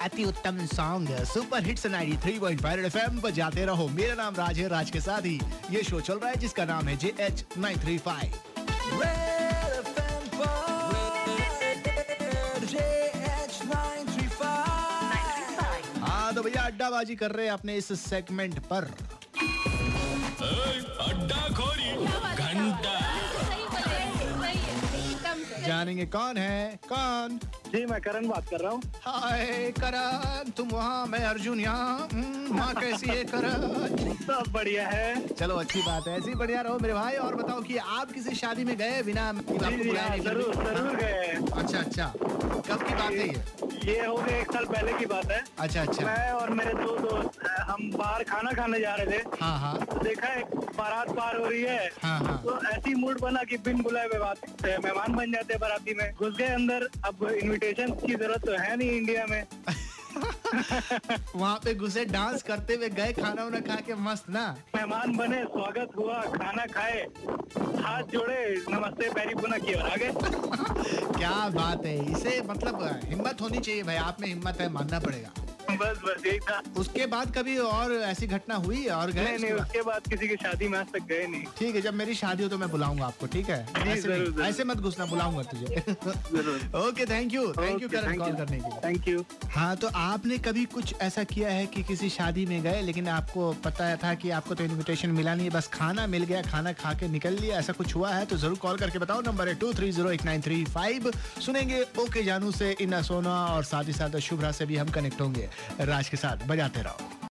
अति उत्तम song super hits 93.5 FM बजाते रहो मेरा नाम राज है राज के साथ ही ये शो चल रहा है जिसका नाम है J H nine three five हाँ तो भैया अड्डाबाजी कर रहे हैं अपने इस सेगमेंट पर अड्डा खोरी घंटा सही बोले, सही है, एकदम सही। जानेंगे कौन है कौन जी मैं करण बात कर रहा हूँ हाय करण तुम वहाँ मैं अर्जुन यहाँ हम्म, माँ कैसी है करण सब बढ़िया है चलो अच्छी बात है ऐसे ही बढ़िया रहो मेरे भाई और बताओ कि आप किसी शादी में गए बिना जी आपको जी बुलाया हाँ, नहीं जरूर हाँ, जरूर गए हैं। अच्छा अच्छा कब की बात है ये ये हो गए एक साल पहले की बात है अच्छा अच्छा मैं और मेरे दो दोस्त अ, हम बाहर खाना खाने जा रहे थे हाँ हाँ तो देखा एक बारात पार हो रही है हाँ, हाँ। तो ऐसी मूड बना कि बिन बुलाए हुए बात से मेहमान बन जाते हैं बाराती में घुस गए अंदर अब इनविटेशन की जरूरत तो है नहीं इंडिया में वहाँ पे घुसे डांस करते हुए गए खाना वाना खा के मस्त ना मेहमान बने स्वागत हुआ खाना खाए हाथ जोड़े नमस्ते पैरी पुना की और आगे क्या बात है इसे मतलब हिम्मत होनी चाहिए भाई आप में हिम्मत है मानना पड़ेगा बस बस यही था उसके बाद कभी और ऐसी घटना हुई और गए नहीं उसके नहीं बाद? उसके बाद किसी की शादी में आज तक गए नहीं ठीक है जब मेरी शादी हो तो मैं बुलाऊंगा आपको ठीक है जी, ऐसे जरूर, नहीं, जरूर। ऐसे मत घुसना बुलाऊंगा तुझे जरूर okay thank you thank you Karan call करने के लिए थैंक यू हाँ तो आपने कभी कुछ ऐसा किया है कि किसी शादी में गए लेकिन आपको पता था कि आपको तो इनविटेशन मिला नहीं है बस खाना मिल गया खाना खा के निकल लिया ऐसा कुछ हुआ है तो जरूर कॉल करके बताओ नंबर है two three zero eight nine three five सुनेंगे ओके जानू से इन्ना सोना और साथ ही साथ शुभ्रा से भी हम कनेक्ट होंगे राज के साथ बजाते रहो